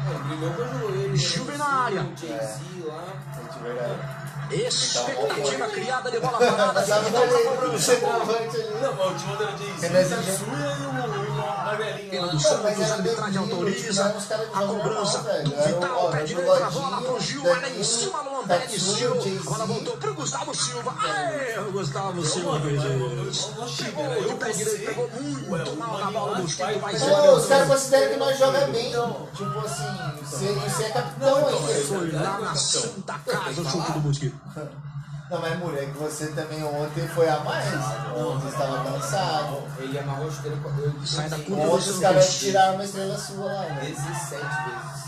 É, brilhou com o joelho.
Juve na área.
O Jay-Z lá.
É de verdade.
Expectativa criada de bola parada.
Sabe é?
de volta
é
pra
aquele
cobrança.
centroavante ali?
Não, mas o time era Jay-Z,
Renan
Tatsuya
Zidane.
e o- e o Magrelinho
Pena
Não,
lá.
do
mas
Santos,
era
a arbitragem
Danilo,
autoriza.
tipo, os caras que
A
jogam
cobrança
mal, velho.
do
Era o-
Vital,
ó,
pé
era um o
direito na bola
Godinho,
pro Gil, olha em
Danilo,
cima, Luan Pérez
Tatsuya,
tirou.
Jay-Z.
A bola voltou pro Gustavo Silva.
um
Aê, o Gustavo Silva
mano,
fez
mas eu- eu-
isso.
eu- eu- eu-
Chegou
eu-
de pé
eu-
direito,
eu-
pegou
eu-
É,
muito
eu-
mal
eu-
na bola
eu-
do Mosquito,
eu-
mas
eu-
Não,
olha
os caras consideram que nós
Então.
jogamos bem. Tipo assim, você você é capitão aí.
foi lá na Santa Casa o chute do Mosquito.
Não, mas moleque, você também ontem foi a mais. Ontem você estava cansado.
Ele amarrou a chuteira com eu-
Sai da curva.
Ontem os caras tiraram uma estrela sua lá, né?
17 vezes.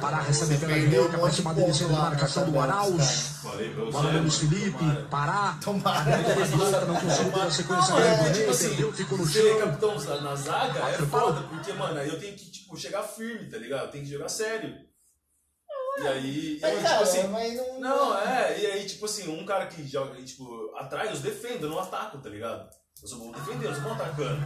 Pará recebe
Você
pela
perdeu
direita,
um
pra
monte
cima
de
dele,
ponto
sendo
lá na
marcação do
tabela dos
Arauz.
Falei pra
Bola
você.
Lemos Felipe, Pará.
Tomara.
Ele não
é, tipo assim,
conseguiu ter a sequência
Não, é,
dele,
tipo
ele
assim,
perdeu, ficou no
ser
chão.
capitão sa- na zaga é
Quatro
foda, porque, mano, aí eu tenho que, tipo, chegar firme, tá ligado? Eu tenho que jogar sério. E aí, e
Mas,
aí, tipo
cara,
assim...
mas não.
Não, é, e aí, tipo assim, um cara que joga, tipo, atrás, eu defendo, eu não ataco, tá ligado? Eu sou bom defendendo, eu sou bom atacando.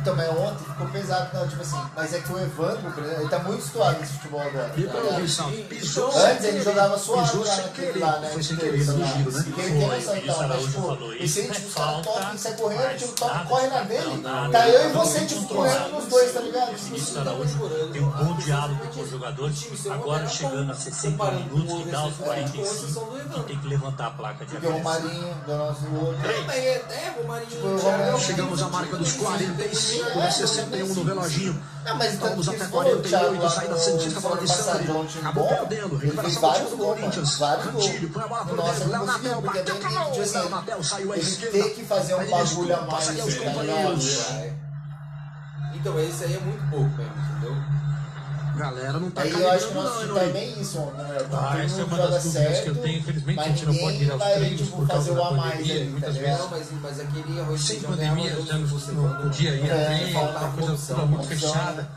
Então, mas ontem ficou pesado, não, tipo assim. Mas é que o Evandro, por exemplo, ele tá muito situado nesse futebol agora.
E
tá
pra
ligado?
ouvir, Salve, pisou
Antes
sem
ele
querer,
jogava suave
pisou
lá
sem
naquele
querer,
lá, né,
Foi sem
que
querer,
fez
no
lá.
giro, né?
Ele
Foi,
tem noção,
Vinícius
então, mas,
Araújo
tipo,
falou
esse aí,
isso,
tipo,
é
os caras
falta,
tocam e sai correndo,
mas
tipo, toca
nada,
e corre na
não,
dele.
nada,
Tá eu e
não,
você,
não,
tipo,
não,
correndo
não,
nos dois, tá ligado? Tipo,
Vinícius
assim,
Araújo tem um bom diálogo com os jogadores. Agora chegando a 60 minutos, que dá os 45, e tem que levantar a placa de
Porque o
agressão.
Romarinho, do nosso outro.
É, é, Romarinho.
Tipo, o
Thiago
Romarinho-
Chegamos à marca dos 45, né? 61 no reloginho.
Não, mas então,
Vamos
que
até
ele falou, Thiago,
48,
lá
saída
no
Santista, bola de
semana
Sandro.
passada, ontem,
Acabou
bom,
perdendo,
ele fez
recuperação do time
vários
do
gols, mano,
Corinthians.
vários gols.
Cantilho, põe a bola por
Nossa,
dentro,
ele
Léo
conseguiu,
Natel,
porque
bateu,
é bem nítido,
acabou.
assim,
Léo Natel saiu à
ele
esquerda.
tem que fazer um
Aí ele
bagulho
desculpa,
a mais,
Passaria aos
tá ligado?
companheiros.
Vai. Então, esse aí é muito pouco mesmo, entendeu?
Galera, não tá
Aí eu acho que
calibrando não,
nosso
hein,
time tá
Nori?
bem isso, mano. na verdade.
Ah, essa
Todo
é
mundo
uma
joga
das dúvidas que eu
certo,
tenho. Infelizmente, a
mas
gente não pode ir aos
ninguém vai,
treinos
tipo,
por causa
fazer
da
o a mais
pandemia,
ali,
muitas
tá
vezes.
ligado?
Não, mas, mas aquele arroz
É. Sem
feijão
pandemia,
dela, é
já não,
você
não
falou,
podia ir
É,
a treino,
faltava
aquela coisa
opção,
toda muito
opção, né,
fechada.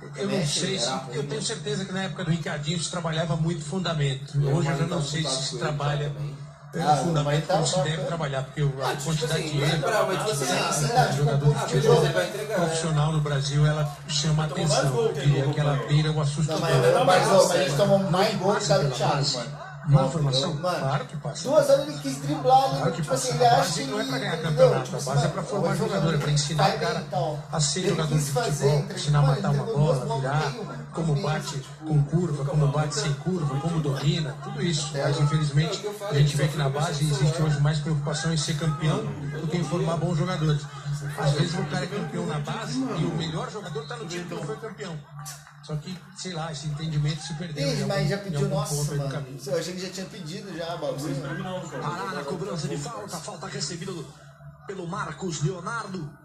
Eu não
Também,
sei se.
era
Eu
ruim.
tenho certeza que na época do Ricardinho se trabalhava muito fundamento. Hoje
Eu
eu já
mando
tá
não
um
sei se
contato com
se
ele
trabalha.
também.
É
Ah,
um
mas
fundamento que
tá
não se
bom,
deve
né?
trabalhar, porque a
tipo
quantidade de
assim,
erro
lembra, mas tipo assim,
Sim, sim,
ah,
dá de
jogador
concurso
ah,
de
beleza,
jogo.
ele vai entregar. né?
profissional no Brasil ela chama
Tá
Tomou vários
atenção.
gols,
E
tem gol,
aquela
mano.
beira o
Não,
assustador.
mas, mas, ó, mas a gente tomou mais gol que o
Passa
Thiago,
pela base.
mano.
Má formação?
Mano,
Claro que passa.
Duas horas ele quis driblar,
Claro
ele,
que
tipo assim,
passa.
ele
A
acha
base
que.
não é pra ganhar
entendeu?
campeonato,
Tipo
a
assim,
base é
mano,
pra formar
o
jogador, é pra ensinar
vai
o cara
bem, então.
a ser
Ele
jogador de
quis fazer,
futebol,
entregou,
ensinar a
mano,
matar uma
entregou duas
bola,
bolas no
virar,
meio, mano.
como
Fez,
bate
tipo,
com curva, como bate sem curva, como domina, tudo isso. Mas infelizmente
Então,
a
é
gente vê que na base existe hoje mais preocupação em ser campeão
Então,
do que em formar bons jogadores. Às vezes o cara é campeão na base
Então,
e o melhor jogador tá no time que não foi campeão. Só que, sei lá, esse entendimento se perdeu. em
Ih,
algum-
mas já
em
pediu,
algum
nossa,
ponto aí do
mano.
caminho.
Eu achei que já tinha pedido já, bagulho.
Não, cara.
Pará na cobrança de falta, falta recebida do- pelo Marcos Leonardo.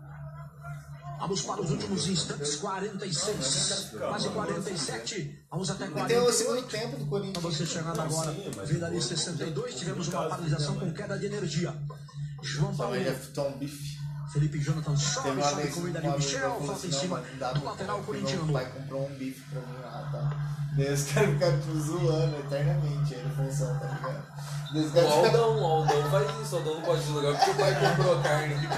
Vamos para os últimos instantes, 46, quase 47, vamos até
E tem o
48.
segundo tempo do
Para
Corinthians.
você chegando agora, vendo ali 62, tivemos uma paralisação com queda de energia. João
Só
Paulo,
ele é tão bife.
Felipe Jonathan
Teve
sobe,
uma
sobe
vez
com
um
ele ali,
amigo
Michel,
meu
falta
assim,
em
não,
cima
mano, não dá
do
pra
lateral
comprar, porque
corintiano.
Meu pai comprou um bife pra mim lá, assim, tá? Daí os caras ficaram tipo, zoando eternamente aí na função, tá ligado?
O Aldão, o Aldão faz isso, o Aldão não pode jogar porque o pai comprou a carne.
tipo,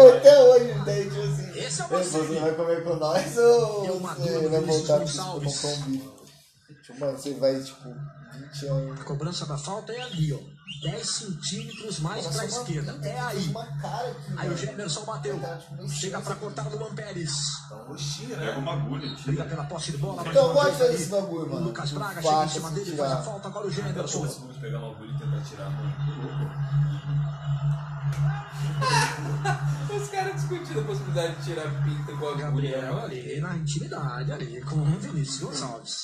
Até hoje, daí, tipo assim.
Esse é o
"Ei, Você vai comer com nós ou você vai voltar pra você comprar um bife? Tipo, mano, você vai, tipo, 20 anos.
A cobrança da falta é ali, ó. 10 centímetros mais
Nossa,
pra
uma-
esquerda. É aí. Aí
velho.
o
tá
Gemerson bateu.
tipo,
Chega pra cortar o Luan Pérez.
Pega uma agulha, tira.
Briga pela posse de bola.
Então,
mais uma
pode
vez
fazer
ali.
esse bagulho, mano. Um
O Lucas Braga
Não
chega em
faça
cima
se
dele, faz a
tirar.
falta agora o Gemerson.
Porra, se vamos pegar uma agulha e tentar tirar, mano. Que louco.
Os caras discutindo a possibilidade de tirar pinta com a agulha.
Gabriel ali na intimidade ali com o Vinícius Gonçalves.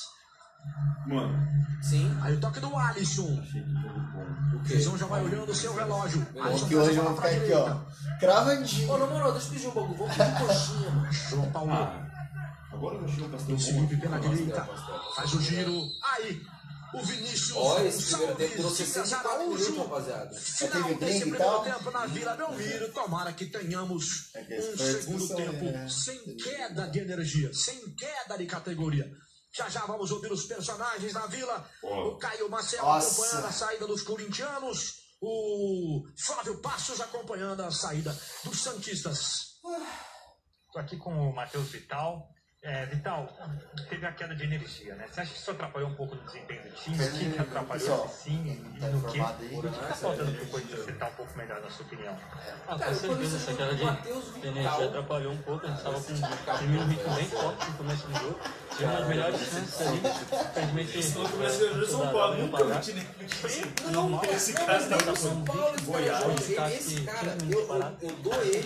Mano,
Sim.
Aí o toque do Alisson.
O quê?
Visão já vai
um-
olhando o seu relógio. Alisson
que
traz a
hoje eu
bola
vou ficar
pra
aqui,
direita.
ó. Cravandinho.
Ô, na moral, deixa eu pedir um bagulho. Vamos pedir coxinha, mano.
João Paulo.
Ah, agora eu um chego o pastel
Luiz
bom.
Felipe pela direita. Faz o giro. Aí. O Vinícius.
Ó, esse primeiro
Gonçalves,
tempo durou
Lucas
64 minutos,
Araújo.
rapaziada.
Final
Aquele
desse
drink e
primeiro
tal?
tempo na Vila Belmiro. Tomara que tenhamos
É que
um
esse foi a
segundo
discussão,
tempo
né?
sem queda de energia, sem queda de categoria. Já já vamos ouvir os personagens da Vila.
Ó.
O Caio Marcelo
Nossa.
acompanhando a saída dos corintianos. O Flávio Passos acompanhando a saída dos Santistas.
Estou aqui com o Matheus Vital. É, Vital, teve a queda de energia, né? Você acha que isso atrapalhou um pouco no desempenho do time? O que que atrapalhou
Pessoal,
assim? sim? E
tá
no quê?
informado aí?
O que está faltando para o Corinthians acertar um pouco melhor, na sua opinião?
Ah, com certeza, essa queda de energia atrapalhou um pouco. A gente tava com um time muito bem forte no começo do jogo. Tinha umas melhores chances ali. Infelizmente,
Quando começa a ver o São Paulo, nunca vi time
Não,
Esse cara
mas
tá
nem
com
o São Paulo, esse cara joga.
tá
Esse cara, eu, eu, eu dou ele.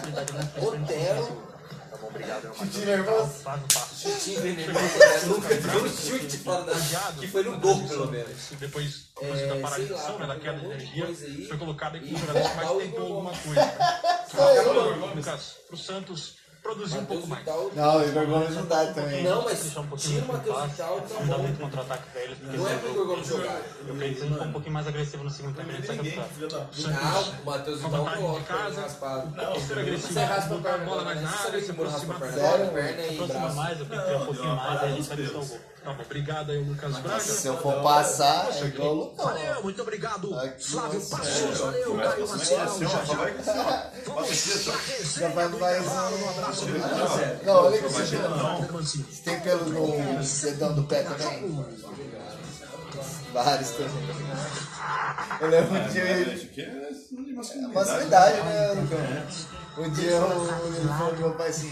é
Otero,
Tá bom, obrigado.
Chute nervoso.
Faz um passo.
Tite venenoso. né? Nunca vi um chute fora da Que foi no gol, pelo menos.
Depois,
É,
depois da
sei
paralisação,
lá,
né, da
tem
queda
um
de
monte de
energia,
coisa aí.
foi colocado aqui
E
um jogador que
Natal
mais
e
tentou
Gol.
alguma
<laughs>
coisa. né?
Saiu.
Lucas, pro Santos produzir um
Matheus
pouco mais.
Vital.
Não, o Igor Gomes não dá também.
Não, mas
Deixar um pouquinho
tira o
mais
Matheus
embaixo,
Vital e tá
Não dá
bom.
muito contra-ataque pra eles. porque
Não é
eles-
pro Igor Gomes jogar.
Eu creio que ele ficou um pouquinho mais agressivo no segundo tempo. né? Ele
ninguém,
saiu
filho da puta.
Não, o Matheus Vital
Contra-ataque
coloca
de casa.
ele raspado.
Não,
ser agressivo,
Você raspa a
botar a
perna
bola
agora,
mais
né?
na
Você sabia
área,
que
se
o Moro raspa a
aproximar
perna
Sério?
agora? Perna
se
e
aproxima
braço.
mais, eu creio que
Não,
um
deu
pouquinho
uma
mais, aí
parada
a gente
nos
vai buscar o
dedos.
gol. Tá bom, obrigado aí, o Lucas Braga.
Se eu for passar, é igual o Lucão.
Valeu, muito obrigado.
Aqui,
Flávio
nossa,
Passos,
é,
valeu,
Começa
Caio
com esse
Marcelo.
assim, ó,
Já
já
já
vai com esse, ó.
vamos pra
Já
resenha
vai
do
mais
intervalo. Um
um.
abraço do
Não, olha que
Marcelo.
você
Wagner Mancini.
tem pelo no dedão do pé também. Vários também. Eu lembro um dia
É,
ele.
Isso aqui é de
Facilidade, né, Lucão? Um dia o ele falou pro meu pai assim: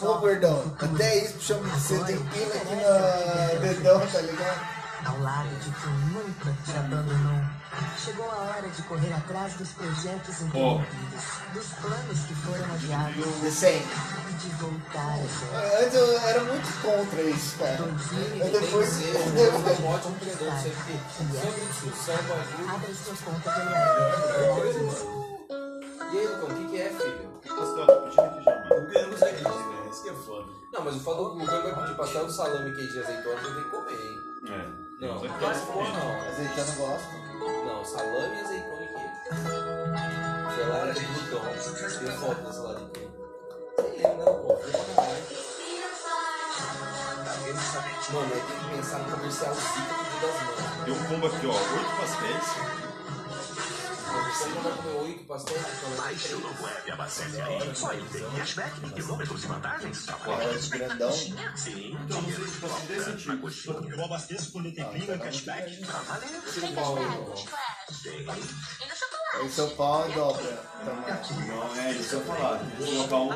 Pô, gordão, até isso chama você tem pila aqui no dedão, tá ligado?
Ao lado de quem nunca te abandonou. Chegou a hora de correr atrás dos projetos interrompidos, dos planos que foram adiados
Decente.
e de voltar a ser.
Antes eu era muito contra isso, cara. Eu depois.
Depois um ótimo treinador, sempre sempre discussão, bagulho.
Abra sua conta pelo
É,
mundo.
é um E aí, Lucão, o que que é, filho?
Pastel, tô pedindo
é
aqui já, mano.
Nunca não consegue né? Isso que é foda.
Não, mas o fato do Lucão vai pedir pastel de salame, queijo e azeitona, você tem que comer, hein?
É.
Não,
Mas é
não,
que tá
não,
bom,
não.
Azeitando gosto.
Não, salame, azeitona e queijo. Sei lá, era de Lucão. Tem foto desse lado aqui. Sei ele, não, pô. Foi pra caralho. Tá vendo essa- Mano, aí tem que pensar no comercial zica do Dia das mãos.
Tem um combo aqui, ó. Oito pastéis.
Você não vai comer oito pastel de salame.
Baixe o novo app Abastece é, aí. Só ele tem cashback de quilômetros e vantagens.
Cara, de grandão.
Sim. Tá.
Então, não sei, tipo assim, desse tipo.
Eu abasteço quando tem clima, cashback.
Tem cashback.
O seu pau é dobra. Tamanho.
Não, é isso que eu ia falar. Vou colocar um.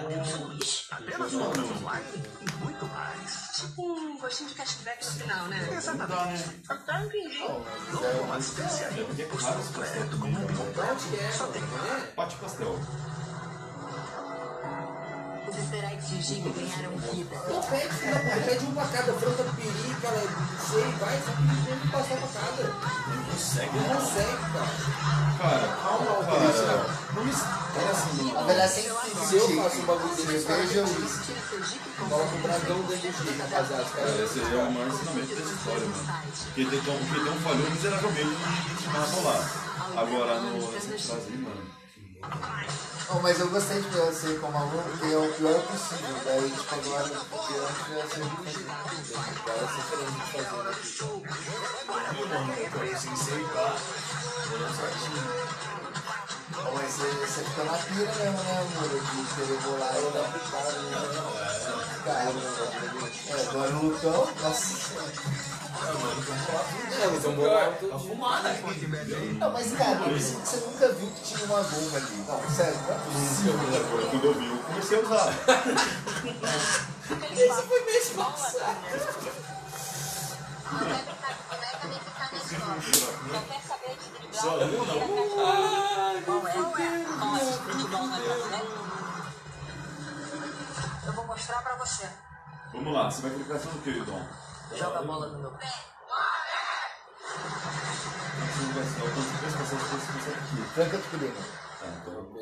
Apenas compras online e muito mais.
Tipo um gostinho de cashback no final, né?
Exatamente.
Tá, entendi.
Novo abastece aí.
Deve ter raro esse pastel também, então.
Onde que é? Só tem né?
Pate pastel.
Os esperais de Gigo ganharam vida.
Não pede, não. Pede um pra cada. Franta perica, não sei, vai. Só pedindo um pastel pra cada. Não consegue, cara.
Cara,
Calma, cara.
cara. Não me estressa, mano.
Envelhece
Se eu faço um
uma
bagulho desse,
cerveja ou isso.
Tira seu Gigo com
Coloca o bragão dentro do jeito, rapaziada. Os
Cara,
caras-
esse aí é o maior ensinamento dessa história, mano. Porque ele deu um, porque ele deu um falhou miseravelmente no final lá. Agora, no, nesse Brasil, mano.
Oh, mas eu gostei de ver você como aluno, porque é o pior possível. Daí, tipo, agora, eu acho que vai ser muito
Agora você querendo fazer, né?
Não,
sensei, pá. Olhando certinho.
Ó, Mas você, você fica na pira mesmo, né, amor? De querer bolar e olhar pro cara, né? Cara, né? é, agora o Lucão, nossa. É, o Lucão bolava todo dia. Não, mas cara, você você nunca viu que tinha uma goma ali. Não, sério, não é possível.
Quando eu vi, eu comecei a usar.
Isso foi mês passado.
Só aluna?
Ai, meu Deus.
Eu vou mostrar pra você.
Vamos lá, você vai clicar só no que, Dom?
Joga a bola no meu pé.
Você não vai ser, eu tô com três pessoas, três pessoas aqui.
Tranca tu clima.
Ah, então eu vou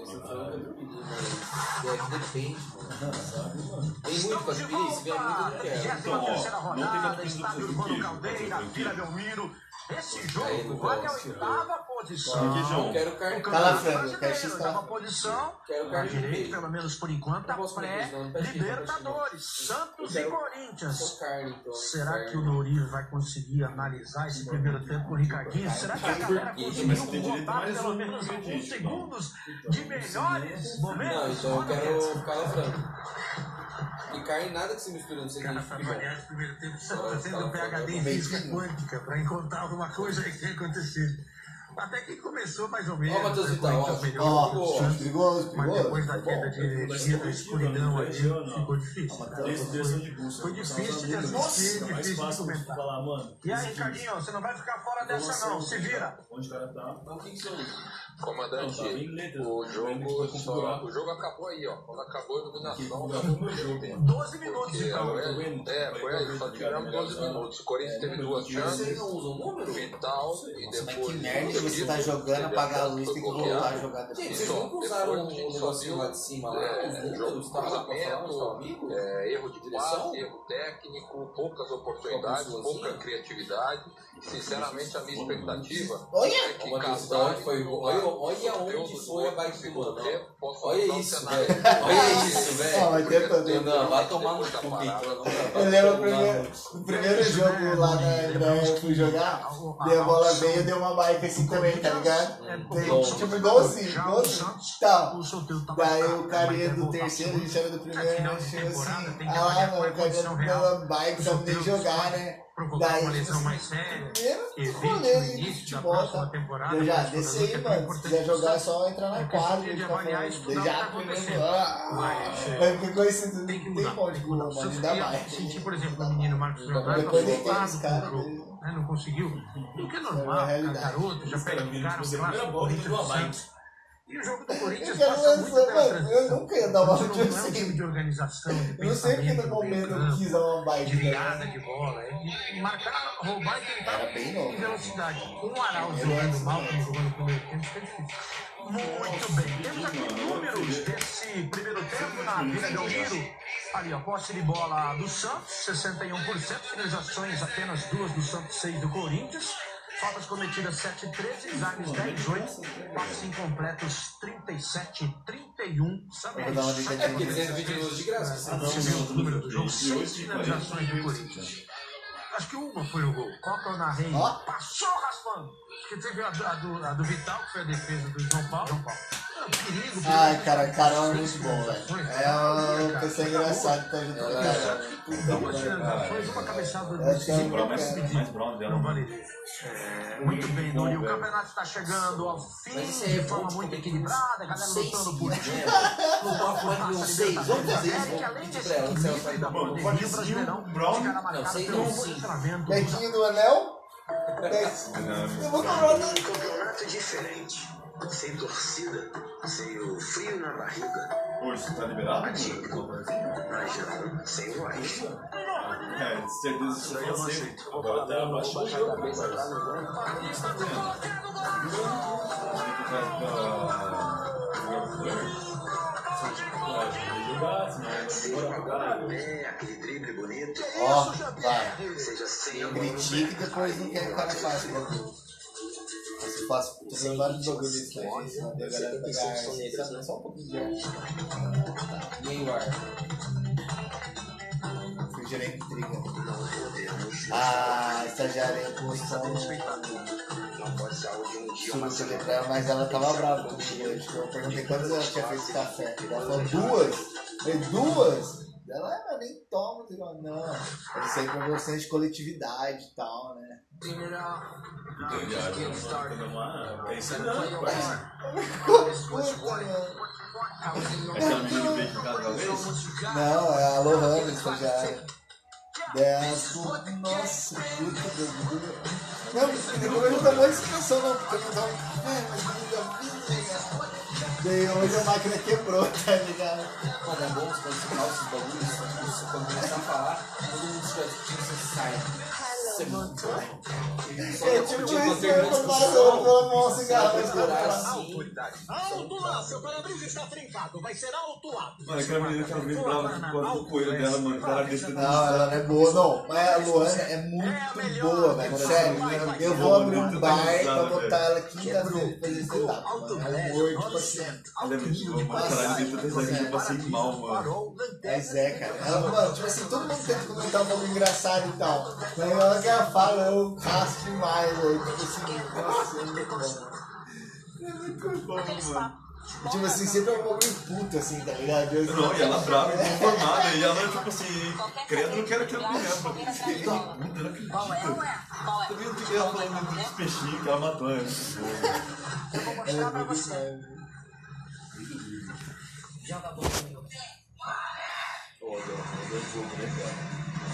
É Depende, mano. Sabe, mano? Tem muito com as piris, vem muito do que é.
Então, ó, não tem nada preciso do queijo. Tá tranquilo?
Esse
Aí
jogo
não
vai
pode
à
ser.
oitava posição.
Aqui,
Ah,
João.
O
Quero
campeonato
Cala a frango, eu quero
brasileiro,
xiscar.
oitava posição.
Quero
Na
carne de
Tá direita,
peixe.
pelo menos por enquanto, a pré-Libertadores. Santos e Corinthians.
então, né?
Será que o Dorival vai conseguir analisar esse primeiro tempo com o Ricardinho? Será que a galera
Mas você tem
conseguiu
direito a
botar
mais
pelo
um,
menos
acredite,
alguns
Dom.
segundos de melhores
Não,
momentos?
então eu quero
Olha,
ficar lá frango. E carne nada que se mistura, não sei o que.
tá
é.
avaliar esse primeiro tempo, Santos
Só
tendo
fala
PHD em
pra
física
mim.
quântica para encontrar alguma coisa que tenha acontecido. Até que começou mais ou menos.
Ó, Matheus
né,
Vital,
com
ó.
melhor,
Ó,
Santos,
perigoso,
Mas depois
perigoso.
da queda de energia, da escuridão ali, ficou difícil. Foi difícil de assistir,
Nossa, é mais
difícil de
fácil de
comentar.
falar, mano.
E aí, Ricardinho, você não vai ficar fora dessa não, se vira.
Onde o cara tá?
Então o que que são isso?
Comandante,
Não, tá em letras,
o,
né?
jogo
Tá
só,
configurado.
o jogo acabou aí, ó. Quando acabou a iluminação.
Acabou meu jogo, mano.
12 minutos
Porque,
então.
um é, é, foi aí, só tivemos 12
né?
minutos. O
É,
Corinthians teve duas chances, Vital e
Nossa, mas que
depois.
merda que você tá jogando, apagar a luz, tem que voltar a jogar
Gente,
depois.
vocês nunca usaram
Depois a
o
gente só
negocinho
viu,
lá de cima lá?
é,
Os
jogo
números,
de
cruzamento,
cruzamento,
é, erro de
direção?
passe, erro técnico, poucas oportunidades,
Só com
pouca criatividade. Sinceramente, a minha expectativa
Olha!
é que
Uma questão
Casares
que foi.
no
Olha,
ar,
olha
no
onde
conteúdo
foi a
do
bike do mano.
tempo, posso
Olha
montar um
isso,
cenário.
velho. Olha isso, velho.
Ah, mas tenta-
Não, vai tomar no cu, Vitor.
Eu lembro o primeiro, o primeiro jogo lá na Embraer eu fui jogar, dei a bola veio, deu uma bike assim também, tá ligado?
É,
Tem, tipo, igualzinho, igualzinho. Tal.
tá
Daí o
é
carinha do terceiro, ele chama do primeiro, né? Chega assim, ah lá, mano, o carinha deu uma bike, não nem jogar, né?
Provocar uma
Daí,
lesão
tipo
mais
assim,
séria.
primeiro
Evite
rolê
o
aí de
início da
futebol,
próxima
tá?
temporada.
Eu já,
mas
desse aí,
jogador que é
mano, se
importante
quiser jogar é
pro Santos.
só entrar na quadra, e ficar falando,
estudar o que tá
já,
acontecendo.
primeiro, ah, vai ficar conhecido, não tem molde com o mano, ainda mais.
Senti, por exemplo, o menino Marcos Leonardo é
Depois ele tem
afastado
esse
do
cara,
jogo, né? não conseguiu. O que é normal, cara,
realidade.
garoto, já pega um cara, um clássico, Corinthians do Santos. E o jogo do
Eu
Corinthians
quero
passa muito
lançar,
pela
mano, eu
transição.
nunca ia dar uma
Não
de
é um
assim.
time de organização, de
Eu não sei porque
pensamento,
no
do meio
momento eu
campo,
não quis dar uma
de
bike. né?
virada de bola, é, marcar, roubar e tentar
Era bem novo. né?
em velocidade. Com o Araujo jogando mal, como jogou no primeiro tempo, fica difícil. Muito bem, temos aqui números desse primeiro tempo na Vila Belmiro. Ali, ó, posse de bola do Santos, 61%, finalizações apenas duas do Santos, seis do Corinthians. Faltas cometidas 7, 13, desarmes 10, 8, passes incompletos 37, 31. Sabe
Vou dar uma dica
É porque eles vídeo de
assim,
graça.
então,
ah, não,
Não,
não,
não,
o número do jogo,
não,
seis
não, não,
é
finalizações do Corinthians. Acho que uma foi o gol. Coca eu narrei. Passou raspando. Porque teve a, do- a do, a do Vital, que foi a defesa do João Paulo. João Paulo. Era um perigo.
Ai, cara, Carol é muito bom, velho. É uma pessoa engraçada que tá junto com a Carol.
Uma
é,
finalizações, uma cabeçada do
Essa é
Luciano,
uma
mas
cara.
decidiu.
Mais bronze dela,
Não
mano.
vale. É, muito bem, Doni. O campeonato está chegando ao fim de forma muito equilibrada. A galera lutando por título. Lutando por taça Libertadores da América. Além desse equilíbrio da pandemia, o Brasileirão ficará marcado pelo funcionamento dos
Bequinho do anel?
É,
Eu vou comprar o anel.
campeonato É diferente. Sem torcida, sem o frio na barriga,
Hoje você tá liberado?
mas não sem o ar.
É, certeza que você
eu
tá
não
sempre.
aceito.
Agora tá abaixo do jogo, rapaz.
É, aquele drible bonito.
Ó, vai.
Seja sem
Critica e depois não quer que o cara faça o bagulho. Se faz, tô fazendo vários bagulhos desse aí, né? A galera pegar só um pouquinho de ar.
Meio ar.
Fui gerente intriga. A Ah, estagiária impulsão subcelebrar, mas ela tava brava comigo hoje. que Eu perguntei quantas ela tinha feito de café. Ela falou duas. Eu falei, duas? Ela ah, mas nem toma. Eu falei, não, isso aí é conversão de coletividade e tal, né?
Tá
é
é,
Aquela menina que veio de casa talvez?
Não, é a Lohana, estagiária. É a sua. Nossa, puta do Não, eu não dava explicação, não, porque eu não tava. Ué, mas eu já fiz, né, cara? Daí hoje a máquina quebrou, tá ligado?
Quando é bom, quando você fala esses bagulhos, quando você começa a falar, todo mundo fica discutindo, você sai. Você mancou.
É tipo isso, eu tô passando pela mão cigarro.
assim.
Ah, autuado, seu para-brisa está trincado, vai ser autuado.
Mano, aquela menina que ela veio brava com o coelho dela, mano. Cara, desse
Não, ela não é boa, não. Mas a Luana é muito boa, velho. Sério, eu vou abrir um bar pra botar ela quinta-feira pra fazer setup. mano. Ela é amor, tipo assim.
Ela é muito boa, mano. Caralho, dentro dessa gente eu passei é, tipo assim, mal, mano.
Mas é, cara. Ela, mano, tipo assim, todo mundo tenta comentar um pouco engraçado e tal. Mas na hora que ela fala, eu casco demais, velho. Tipo assim, nossa, é muito bom. É muito bom, mano. Tipo assim, sempre é um bagulho puto, assim, tá ligado? Eu-
Não, e ela brava, inconformada, e ela, tipo assim, credo, não quero que ela me leve pra você. Tá puta, não acredito. Também não tem ela falando dos peixinhos que ela matou, né?
Ela é muito séria.
Ô, Deus, eu dou jogo, né, cara?